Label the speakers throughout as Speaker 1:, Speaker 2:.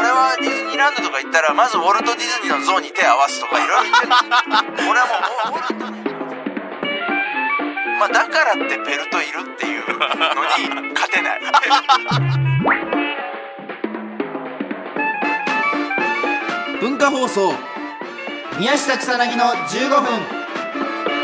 Speaker 1: ランドとか行ったらまずウォルト・ディズニーの像に手合わすとかいろいろ言ってる俺はもうウォルトまあだからってベルトいるっていうのに勝てない
Speaker 2: 文化放送
Speaker 3: 宮下草薙の15分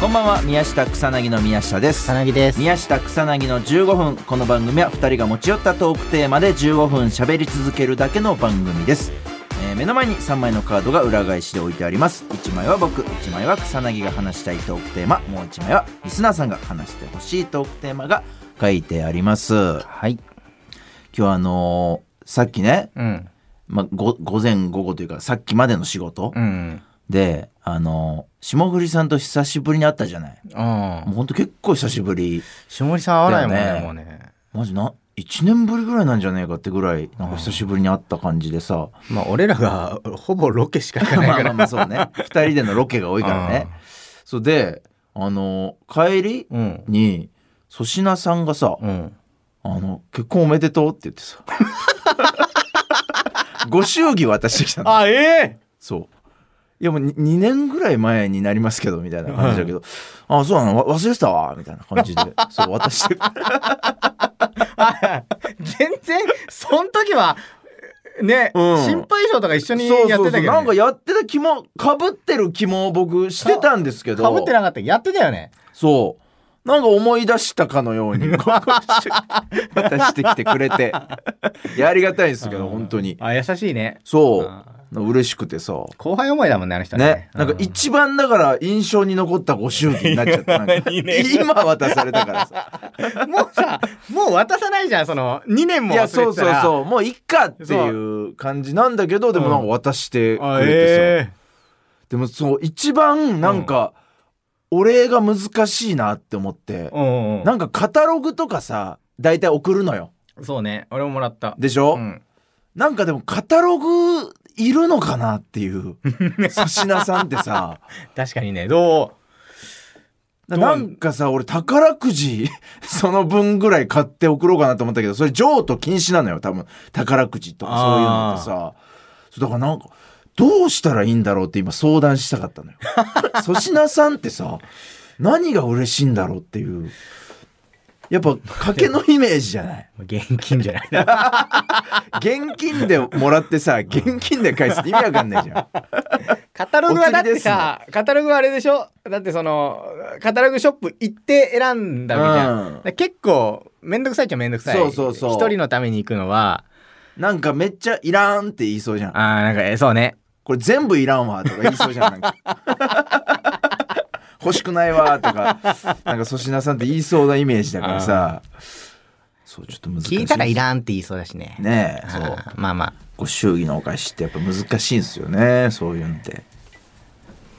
Speaker 1: こんばんは宮下草薙の宮下です
Speaker 3: 草薙です
Speaker 1: 宮下草薙の15分この番組は2人が持ち寄ったトークテーマで15分喋り続けるだけの番組です、えー目の前に3枚のカードが裏返しで置いてあります1枚は僕1枚は草薙が話したいトークテーマもう1枚はリスナーさんが話してほしいトークテーマが書いてあります今
Speaker 3: はい
Speaker 1: 日はあのーさっきね、
Speaker 3: うん
Speaker 1: まあ、ご午前午後というかさっきまでの仕事
Speaker 3: うん
Speaker 1: で、あのー霜降りさんと久しぶりに会ったじゃない
Speaker 3: あ
Speaker 1: もうほんと結構久しぶり
Speaker 3: 下森さん会わないもんね
Speaker 1: だよね
Speaker 3: もうね
Speaker 1: マジな、1年ぶりぐらいなんじゃねえかってぐらい、なんか久しぶりに会った感じでさ。
Speaker 3: まあ俺らがほぼロケしか行かない
Speaker 1: ま
Speaker 3: か
Speaker 1: あま
Speaker 3: ら
Speaker 1: あまあそうね。二人でのロケが多いからね
Speaker 3: うん。
Speaker 1: そうで、あの、帰り
Speaker 3: うん
Speaker 1: に、粗品さんがさ、
Speaker 3: うん
Speaker 1: あの、結婚おめでとうって言って さ。ご祝儀渡してきたの。
Speaker 3: あええ
Speaker 1: そう。いやもう2年ぐらい前になりますけどみたいな感じだけど「あそうなのわ忘れてたわ」みたいな感じ でそう渡して
Speaker 3: 全然そん時はね、
Speaker 1: うん
Speaker 3: 心配性とか一緒に
Speaker 1: そう
Speaker 3: やっ
Speaker 1: そ
Speaker 3: て
Speaker 1: うそ
Speaker 3: た
Speaker 1: う
Speaker 3: けど、ね、
Speaker 1: なんかやってた気もかぶってる気も僕してたんですけど
Speaker 3: かぶってなかったやってたよね
Speaker 1: そうなんか思い出したかのよう に こう渡してきてくれていやありがたいですけど本当に
Speaker 3: あ優しいね
Speaker 1: そう嬉しくてさ
Speaker 3: 後輩思いだもんねあの人ね
Speaker 1: ね、なんか
Speaker 3: う
Speaker 1: 一番だから印象に残ったご祝儀になっちゃったなん か今渡されたからさ
Speaker 3: もうさもう渡さないじゃんその2年
Speaker 1: い
Speaker 3: も
Speaker 1: や
Speaker 3: 忘
Speaker 1: そ
Speaker 3: れ
Speaker 1: う
Speaker 3: てた
Speaker 1: そう
Speaker 3: ら
Speaker 1: そうもういっかっていう感じなんだけどでもなんか渡してく
Speaker 3: あ
Speaker 1: れてさ、
Speaker 3: え
Speaker 1: でもそう一番なんか、お礼が難しいなって思って
Speaker 3: え、うんうん
Speaker 1: なんかカタログとかさ大体送るのよ
Speaker 3: そうね俺ももらった
Speaker 1: でしょ、
Speaker 3: うん
Speaker 1: なんかでもカタログいるのかなっていう 粗品さんってさ
Speaker 3: 確かにねどう
Speaker 1: なんかさ俺宝くじ その分ぐらい買って送ろうかなと思ったけどそれ譲渡禁止なのよ多分宝くじとかそういうのってさそうだからなんかどうしたらいいんだろうって今相談したかった のよ粗品さんってさ何が嬉しいんだろうっていうやっぱ賭けのイメージじゃない
Speaker 3: どう現金じゃ ないな
Speaker 1: 現金でもらってさ現金で返すって意味わかんないじゃん
Speaker 3: カタログはだってさ、カタログはあれでしょだってそのカタログショップ行って選んだみたいな、
Speaker 1: うん
Speaker 3: だから結構めんどくさいっちゃめんどくさい
Speaker 1: そうそうそう
Speaker 3: 一人のために行くのは
Speaker 1: なんかめっちゃいらんって言いそうじゃん。
Speaker 3: あーなんかえそうね
Speaker 1: これ全部いらんわとか言いそうじゃん。 なんか欲しくないわとか、なんか粗品さんって言いそうなイメージだからさ。そう、ちょっと難しい。
Speaker 3: 聞いたらいらんって言いそうだしね
Speaker 1: ねえ、
Speaker 3: あ
Speaker 1: そ
Speaker 3: ー
Speaker 1: う。
Speaker 3: まあまあ
Speaker 1: ご祝儀のお返しってやっぱ難しいんですよね。そういうのって。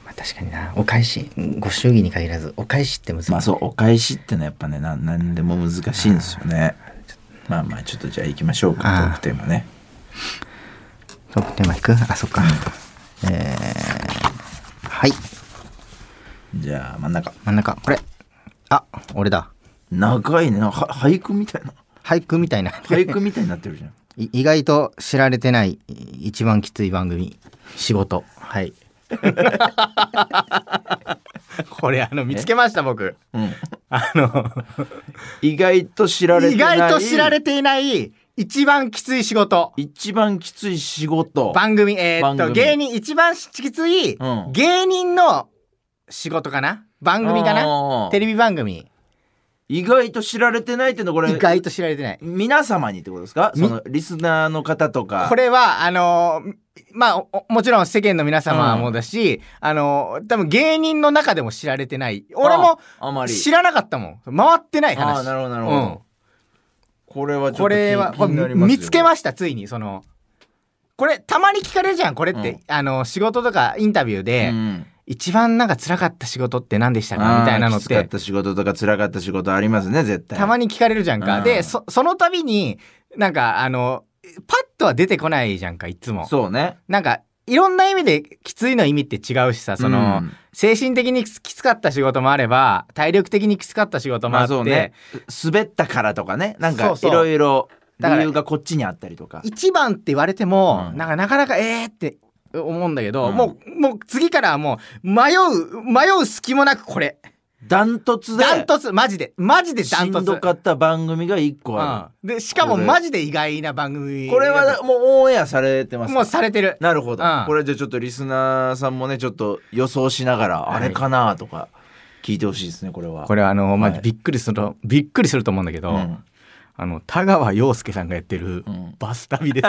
Speaker 3: まあ確かになお返しご祝儀に限らずお返しって難しい、
Speaker 1: まあそう、お返しってのはやっぱね、なんなんでも難しいんですよね。まあまあ、ちょっとじゃあ行きましょうか、ト
Speaker 3: あー
Speaker 1: ークテーマね。
Speaker 3: トークテーマ引くあそっかえー、はい
Speaker 1: じゃあ真ん中。
Speaker 3: 真ん中これあ俺だ
Speaker 1: 長いね。なんかは俳句みたいな。
Speaker 3: 俳句みたいな
Speaker 1: 俳句みたいになってる じゃん。
Speaker 3: い意外と知られてないい一番きつい番組仕事はい これあの見つけました僕
Speaker 1: うん。
Speaker 3: あの
Speaker 1: 意外と知られて
Speaker 3: 意
Speaker 1: ない
Speaker 3: 外と知られていない一番きつい仕事
Speaker 1: 一番きつい仕事
Speaker 3: 番組えーっ
Speaker 1: 番
Speaker 3: と
Speaker 1: 組
Speaker 3: 芸人一番きつい
Speaker 1: うん
Speaker 3: 芸人の仕事かな番組かな
Speaker 1: な
Speaker 3: テレビ番組
Speaker 1: 意外と知られてないってのこれ
Speaker 3: 意外と知られてない
Speaker 1: 皆様にってことですか
Speaker 3: み
Speaker 1: そのリスナーの方とか
Speaker 3: これはあのーまあおもちろん世間の皆様もだし、あのー多分芸人の中でも知られてない俺も
Speaker 1: あまり
Speaker 3: 知らなかったもん回ってない
Speaker 1: あ
Speaker 3: 話
Speaker 1: あなるほどなるほど、これは
Speaker 3: う
Speaker 1: ちょ
Speaker 3: ん
Speaker 1: っと
Speaker 3: これは
Speaker 1: 気になりますよ
Speaker 3: 見つけましたついにそのこれたまに聞かれるじゃんこれって、
Speaker 1: うん
Speaker 3: あの仕事とかインタビューで、
Speaker 1: うん
Speaker 3: 一番なんか辛かった仕事って何でした
Speaker 1: あ
Speaker 3: か
Speaker 1: ー
Speaker 3: みたいなのっ
Speaker 1: きつかってた仕事とか辛かった仕事ありますね絶対
Speaker 3: たま
Speaker 1: に
Speaker 3: に聞かれるじゃんか、
Speaker 1: うん
Speaker 3: でそその度になんかあのパッとは出てこないじゃんかいつも
Speaker 1: そうね
Speaker 3: なんかいろんな意味できついの意味って違うしさ、その、
Speaker 1: うん
Speaker 3: 精神的にきつきつかった仕事もあれば、体力的にきつかった仕事も
Speaker 1: ま
Speaker 3: あっ
Speaker 1: あ
Speaker 3: て、
Speaker 1: そうね滑ったからとかねなん
Speaker 3: そ
Speaker 1: か
Speaker 3: う
Speaker 1: い
Speaker 3: そう
Speaker 1: ろいろ
Speaker 3: だから
Speaker 1: 理由がこっちにあったりとか
Speaker 3: 一番って言われても、
Speaker 1: うん
Speaker 3: なんかなかなかえーって思うんだけど、
Speaker 1: うん
Speaker 3: もう、もう次からはもう、迷う、迷う隙もなくこれ。
Speaker 1: ダントツで
Speaker 3: ダントツ、マジで。マジでダ
Speaker 1: し
Speaker 3: ント
Speaker 1: ん
Speaker 3: ツ。
Speaker 1: どかった番組が一個あ
Speaker 3: うん、でしかも
Speaker 1: これ
Speaker 3: マジで意外な番組
Speaker 1: るこれはもうオンエアされてますか
Speaker 3: もうされてる
Speaker 1: なるほど、
Speaker 3: うん
Speaker 1: これじゃあちょっとリスナーさんもねちょっと予想しながらあれかなとか聞いてほしいですねこれは
Speaker 3: これはあの、まあ
Speaker 1: はい
Speaker 3: びっくりするとびっくりすると思うんだけど、
Speaker 1: うん
Speaker 3: あの田川陽介さんがやってる
Speaker 1: うん
Speaker 3: バス 旅です、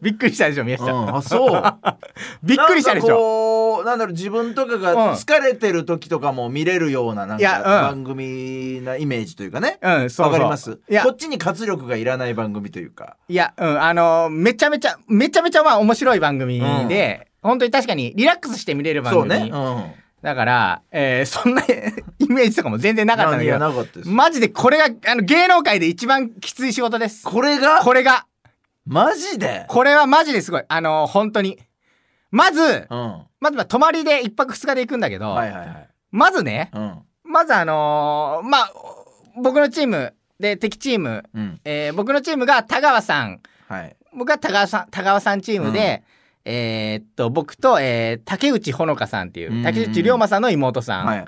Speaker 3: びっくりしたでしょ宮
Speaker 1: う
Speaker 3: 下、
Speaker 1: ん、あそう
Speaker 3: びっくりしたでし
Speaker 1: なんか
Speaker 3: ょ
Speaker 1: こうなんだろう自分とか
Speaker 3: うん
Speaker 1: が疲れてる時とかも見れるようななん
Speaker 3: いや
Speaker 1: か
Speaker 3: うん
Speaker 1: 番組なイメージというかね
Speaker 3: うんそうそう
Speaker 1: わかります
Speaker 3: いや
Speaker 1: こっちに活力がいらない番組というか
Speaker 3: いや、うん、あのめちゃめちゃめちゃめちゃまあ面白い番組で、本当に確かにリラックスして見れる番
Speaker 1: そう
Speaker 3: 組、
Speaker 1: ね、うん、
Speaker 3: だから、えーそんな イメージとかも全然なかったんだ
Speaker 1: 何
Speaker 3: け
Speaker 1: が
Speaker 3: ど
Speaker 1: なかったです
Speaker 3: マジでこれがあの芸能界で一番きつい仕事です
Speaker 1: これが
Speaker 3: これが
Speaker 1: マジで
Speaker 3: これはマジですごい。あの、本当に。まず、
Speaker 1: うんは
Speaker 3: まずは泊まりで一泊二日で行くんだけど、
Speaker 1: いはいはい
Speaker 3: まずね、
Speaker 1: うん
Speaker 3: まずあのーまあ、僕のチームで敵チーム、
Speaker 1: うん
Speaker 3: えー僕のチームが田川さん、
Speaker 1: はい
Speaker 3: 僕が田川さん、田川さんチームで、えーっと、僕と、えー竹内ほのかさんっていう、
Speaker 1: うん
Speaker 3: 竹内涼真さんの妹さん。
Speaker 1: はい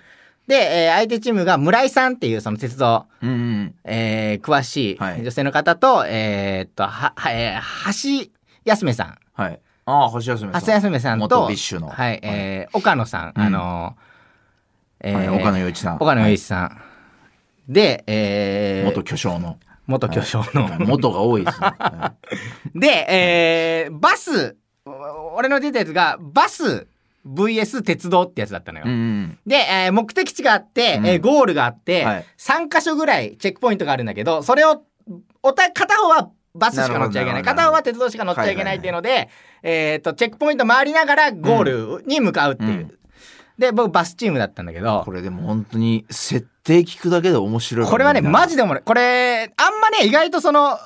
Speaker 3: で、えー相手チームが村井さんっていう、その鉄道、
Speaker 1: うんうん
Speaker 3: えー詳しい
Speaker 1: はい
Speaker 3: 女性の方と、えーっと、は、は、えー橋休めさん。
Speaker 1: はいああ星休めさん
Speaker 3: 蓮休めさんと、
Speaker 1: 元ビッシュの
Speaker 3: はい、
Speaker 1: はい
Speaker 3: えー岡野さん、
Speaker 1: うん
Speaker 3: あのー、え
Speaker 1: はい岡野
Speaker 3: 一
Speaker 1: 陽一さん
Speaker 3: 岡野一さん。で、えー
Speaker 1: 元巨匠の
Speaker 3: 元巨匠の。
Speaker 1: 元が多いですねは
Speaker 3: で、えーバス、お俺の出たやつが、バス VS 鉄道ってやつだったのよ。
Speaker 1: いうんうん
Speaker 3: で、えー目的地があって、
Speaker 1: うん
Speaker 3: えーゴールがあって、
Speaker 1: はい
Speaker 3: 3箇所ぐらいチェックポイントがあるんだけど、それを、おた片方はバスしか乗っちゃいけな
Speaker 1: なるほどなるほ
Speaker 3: い。
Speaker 1: ど
Speaker 3: 片方は鉄道しか乗っちゃいけないっていうので、えーっと、チェックポイント回りながらゴールに向かうっていう。
Speaker 1: うん
Speaker 3: で、僕バスチームだったんだけど
Speaker 1: こ、れでも本当に設定聞くだけで面白い
Speaker 3: これはね、マ
Speaker 1: ジ
Speaker 3: ジでおもろい。これ、あんまね、意外とその、えー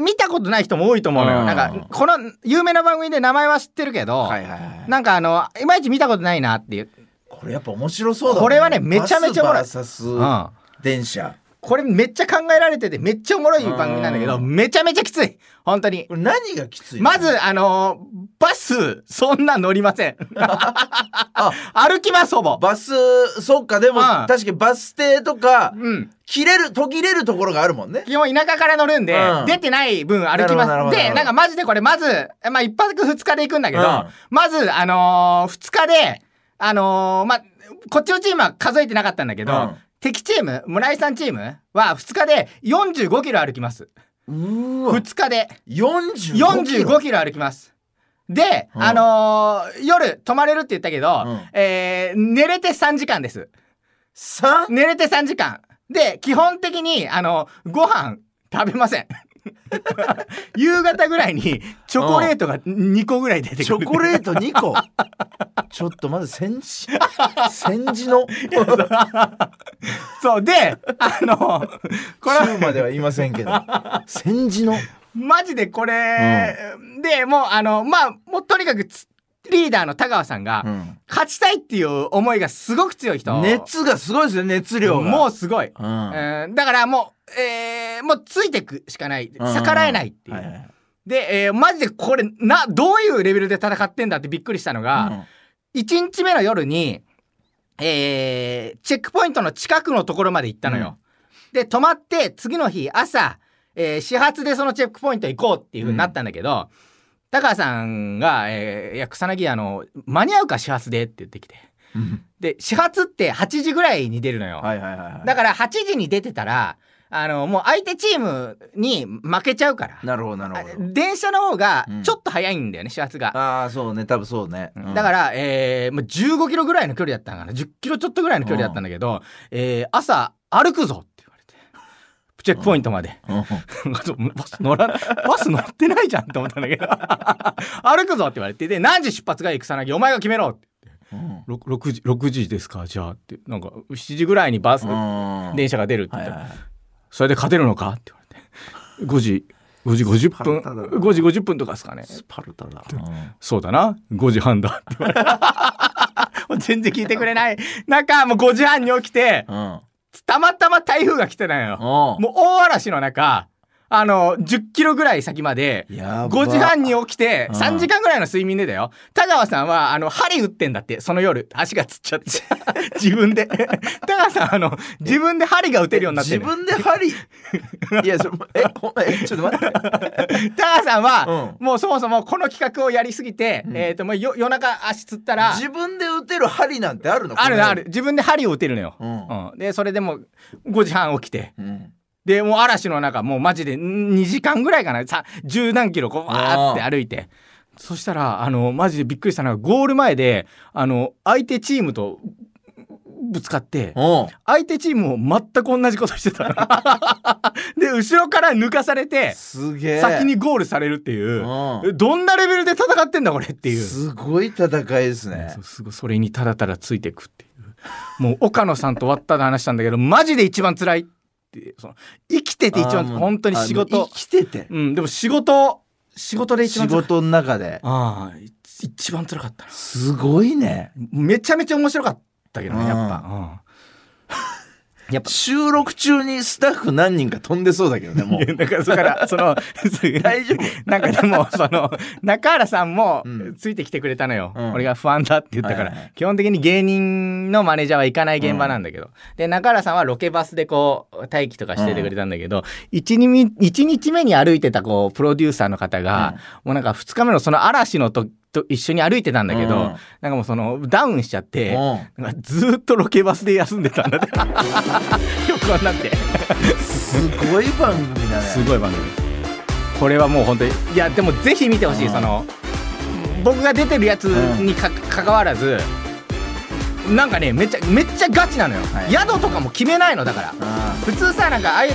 Speaker 3: 見たことない人も多いと思うの
Speaker 1: う
Speaker 3: よ。
Speaker 1: ん
Speaker 3: なんか、この有名な番組で名前は知ってるけど、
Speaker 1: はいはいはい
Speaker 3: なんかあの、いまいち見たことないなっていう。
Speaker 1: これやっぱ面白そうだ
Speaker 3: これはねめちゃめちゃおもろい
Speaker 1: バス VS
Speaker 3: うん
Speaker 1: 電車
Speaker 3: これめっちゃ考えられてて、めっちゃおもろい番組なんだけど、
Speaker 1: うん
Speaker 3: めちゃめちゃきつい。本当に。
Speaker 1: これ何がきついの
Speaker 3: まず、あのーバス、そんな乗りません。 歩きます、ほぼ。
Speaker 1: バスそっかでも
Speaker 3: うん
Speaker 1: 確かにバス停とか
Speaker 3: うん。
Speaker 1: 切れる途切れるところがあるもんね
Speaker 3: 基本田舎から乗るんで、
Speaker 1: うん
Speaker 3: 出てない分歩き
Speaker 1: なるほどなる
Speaker 3: ま
Speaker 1: ほ
Speaker 3: す。
Speaker 1: ど
Speaker 3: で、なんかマジでこれ、まず、まあ、一泊二日で行くんだけど、
Speaker 1: うん
Speaker 3: まず、あのー二日で、あのーまあ、こっちのチームは数えてなかったんだけど、
Speaker 1: うん
Speaker 3: 敵チーム、村井さんチームは二日で45キロ歩きます。
Speaker 1: うーわ
Speaker 3: 二日で。
Speaker 1: 45キロ
Speaker 3: 45キロ歩きます。で、
Speaker 1: うん
Speaker 3: あのー夜泊まれるって言ったけど、
Speaker 1: うん
Speaker 3: えー寝れて3時間です。
Speaker 1: 3
Speaker 3: 寝れて3時間。で、基本的に、あのご飯食べません。 夕方ぐらいにチョコレートが2個ぐらい出てくる。
Speaker 1: チョコレート2個ちょっとまず戦時戦時の
Speaker 3: そう。で、あのこれは
Speaker 1: 中までは言いませんけど戦時の
Speaker 3: マジでこれ、で、もうあの、まあ、もうとにかくつリーダーの田川さんが、
Speaker 1: うん
Speaker 3: 勝ちたいっていう思いがすごく強い人。
Speaker 1: 熱がすごいですね熱量が
Speaker 3: もうすごい。
Speaker 1: うんは
Speaker 3: うんだからもう、えーもうついてくしかない。
Speaker 1: ん
Speaker 3: 逆らえないって
Speaker 1: い
Speaker 3: いう。
Speaker 1: はい
Speaker 3: で、えーマジでこれ、な、どういうレベルで戦ってんだってびっくりしたのが、1日目の夜に、えーチェックポイントの近くのところまで行ったのよ。で、泊まって、次の日、朝、えー始発でそのチェックポイント行こうっていう風になったんだけど、高橋さんが、えーいや、草薙、あの、間に合うか始発でって言ってきて。
Speaker 1: うん
Speaker 3: で、始発って8時ぐらいに出るのよ。
Speaker 1: はいはいはいはい
Speaker 3: だから8時に出てたら、あの、もう相手チームに負けちゃうから。
Speaker 1: なるほどなるほど
Speaker 3: 電車の方が
Speaker 1: うん
Speaker 3: ちょっと早いんだよね、始発が。
Speaker 1: ああそうね多分そうねうん
Speaker 3: だから、えー、もう15キロぐらいの距離だったのかな。10キロちょっとぐらいの距離だったんだけど、えー、朝歩くぞって言われて。チェックポイントまで。
Speaker 1: うん
Speaker 3: バス乗ら、バス乗ってないじゃんって思ったんだけど。 歩くぞって言われて。で、何時出発がいい草薙、お前が決めろって。
Speaker 1: うん
Speaker 3: ろく 6, 時、6時ですかじゃあって。なんか、7時ぐらいにバ
Speaker 1: う
Speaker 3: ス、
Speaker 1: ん
Speaker 3: 電車が出るって言
Speaker 1: は
Speaker 3: っ
Speaker 1: い
Speaker 3: たら
Speaker 1: はい。
Speaker 3: それで勝てるのかって言われて。5時5時50
Speaker 1: ス
Speaker 3: 分
Speaker 1: パルタだな
Speaker 3: 5時50分とかですかね
Speaker 1: スパルタだ。
Speaker 3: そうだな5時半だって言われたもう全然聞いてくれないなんかもう5時半に起きて
Speaker 1: うん。うん。
Speaker 3: たまたま台風が来てたのよ
Speaker 1: も
Speaker 3: もう大嵐の中あの10キロぐらい先まで
Speaker 1: う、やば
Speaker 3: 5時半に起きて
Speaker 1: うん
Speaker 3: 3時間ぐらいの睡眠でだよ田川さんはあの針打ってんだってその夜足がつっちゃって 自分で田川さんあの自分で針が打てるようになって
Speaker 1: 自
Speaker 3: る
Speaker 1: 分で 針。いや、それ、え、ほんえ、ちょっと待って。
Speaker 3: 田川さんは、
Speaker 1: う
Speaker 3: もうそもそもこの企画をやりすぎて、
Speaker 1: うん
Speaker 3: えっ、ともうよ夜中足つったら
Speaker 1: 自分で打てる針なんてあるの
Speaker 3: あるある。自分で針を打てるのよ、
Speaker 1: この世に
Speaker 3: うんでそれでもう5時半起きて
Speaker 1: うん。うん。
Speaker 3: でもう嵐の中もうマジで2時間ぐらいかなさ十何キロこうわーって歩いてそしたらあのマジでびっくりしたのがゴール前であの相手チームとぶつかって
Speaker 1: おう
Speaker 3: 相手チームも全く同じことして たので後ろから抜かされて
Speaker 1: すげえ。
Speaker 3: 先にゴールされるっていう
Speaker 1: う
Speaker 3: どんなレベルで戦ってんだこれって
Speaker 1: ん。
Speaker 3: いう
Speaker 1: すごい戦いですね
Speaker 3: そう。すごいそれにただただついてくっていうもう岡野さんと終わったで話したんだけど マジで一番辛いってその生きてて一
Speaker 1: あ
Speaker 3: 番
Speaker 1: ーもう
Speaker 3: 本当に仕
Speaker 1: あの
Speaker 3: 事
Speaker 1: 生きてて。
Speaker 3: うんでも仕事仕事で一
Speaker 1: 仕
Speaker 3: 番辛い
Speaker 1: 事の中で。
Speaker 3: ああい一番辛かったな
Speaker 1: すごいね。
Speaker 3: めちゃめちゃ面白かったけどねやっぱ、うん、やっぱ
Speaker 1: 収録中にスタッフ何人か飛んでそうだけどね、もう
Speaker 3: い。やだからそれからそ の
Speaker 1: 大丈
Speaker 3: なんかでもその中原さんも
Speaker 1: うん
Speaker 3: ついてきてくれたのよ、
Speaker 1: うん
Speaker 3: 俺が不安だって言ったから、
Speaker 1: はいはいはい
Speaker 3: 基本的に芸人のマネージャーは行かない現場なんだけど、で中原さんはロケバスでこう待機とかしててくれたんだけど、一 1, 日目に歩いてたこうプロデューサーの方が、もうなんか2日目のその嵐のとと一緒に歩いてたんだけど、
Speaker 1: うん
Speaker 3: なんかもうそのダウンしちゃって、
Speaker 1: うん
Speaker 3: なんかずーっとロケバスで休んでたんだって よくわかんなくて。
Speaker 1: すごい番組だ
Speaker 3: す
Speaker 1: ね。
Speaker 3: ごい番組これはもう本当にいやでもぜひ見てほしい、
Speaker 1: うん
Speaker 3: その僕が出てるやつにかかわらずなんかねめっちゃめっちゃガチなのよ、
Speaker 1: はい
Speaker 3: 宿とかも決めないのだから
Speaker 1: あ
Speaker 3: 普通さなんかああいう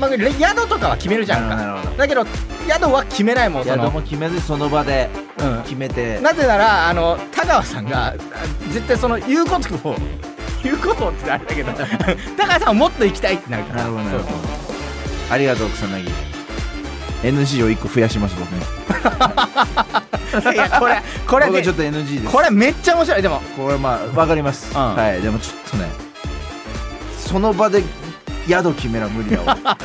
Speaker 3: 番組宿とかは決めるじゃん
Speaker 1: なるほどなる
Speaker 3: か
Speaker 1: ほ
Speaker 3: だけど宿は決めないもん
Speaker 1: あ
Speaker 3: その
Speaker 1: 宿も決めずその場で
Speaker 3: うん
Speaker 1: 決めて。
Speaker 3: なぜならあの田川さんがあ絶対その言うことを言うことをってあれだ けど田川さんはもっと行きたいってなるから
Speaker 1: なるほどなるほ
Speaker 3: そう
Speaker 1: どありがとう草薙 NG を1個増やします僕ね
Speaker 3: そういやこれこれ
Speaker 1: 僕は
Speaker 3: で
Speaker 1: ちょっと NG です
Speaker 3: これめっちゃ面白いでも
Speaker 1: これまあわかります、
Speaker 3: うん
Speaker 1: はいでもちょっとねその場で宿決めら無理だわ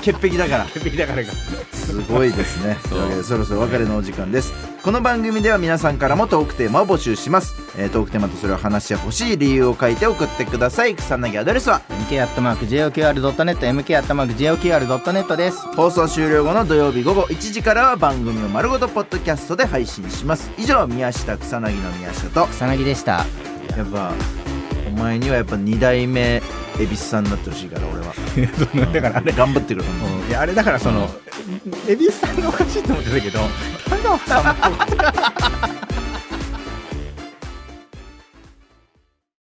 Speaker 1: 潔癖だから
Speaker 3: だからか
Speaker 1: すごいですねというわけで そろそろお別れのお時間ですこの番組では皆さんからもトークテーマを募集します、えートークテーマとそれを話してほしい理由を書いて送ってください草薙アドレスは
Speaker 3: MK アットマーク JOQR.net MK アットマーク JOQR.net です
Speaker 1: 放送終了後の土曜日午後1時からは番組を丸ごとポッドキャストで配信します以上宮下草薙の宮下と
Speaker 3: 草薙でした
Speaker 1: やっぱお前にはやっぱ2代目恵比寿さんになってほしいから俺は
Speaker 3: だからあ れ、
Speaker 1: 頑張ってくれ
Speaker 3: いやあれだからその、エビスさんがおかしいと思ってたけど田川さんも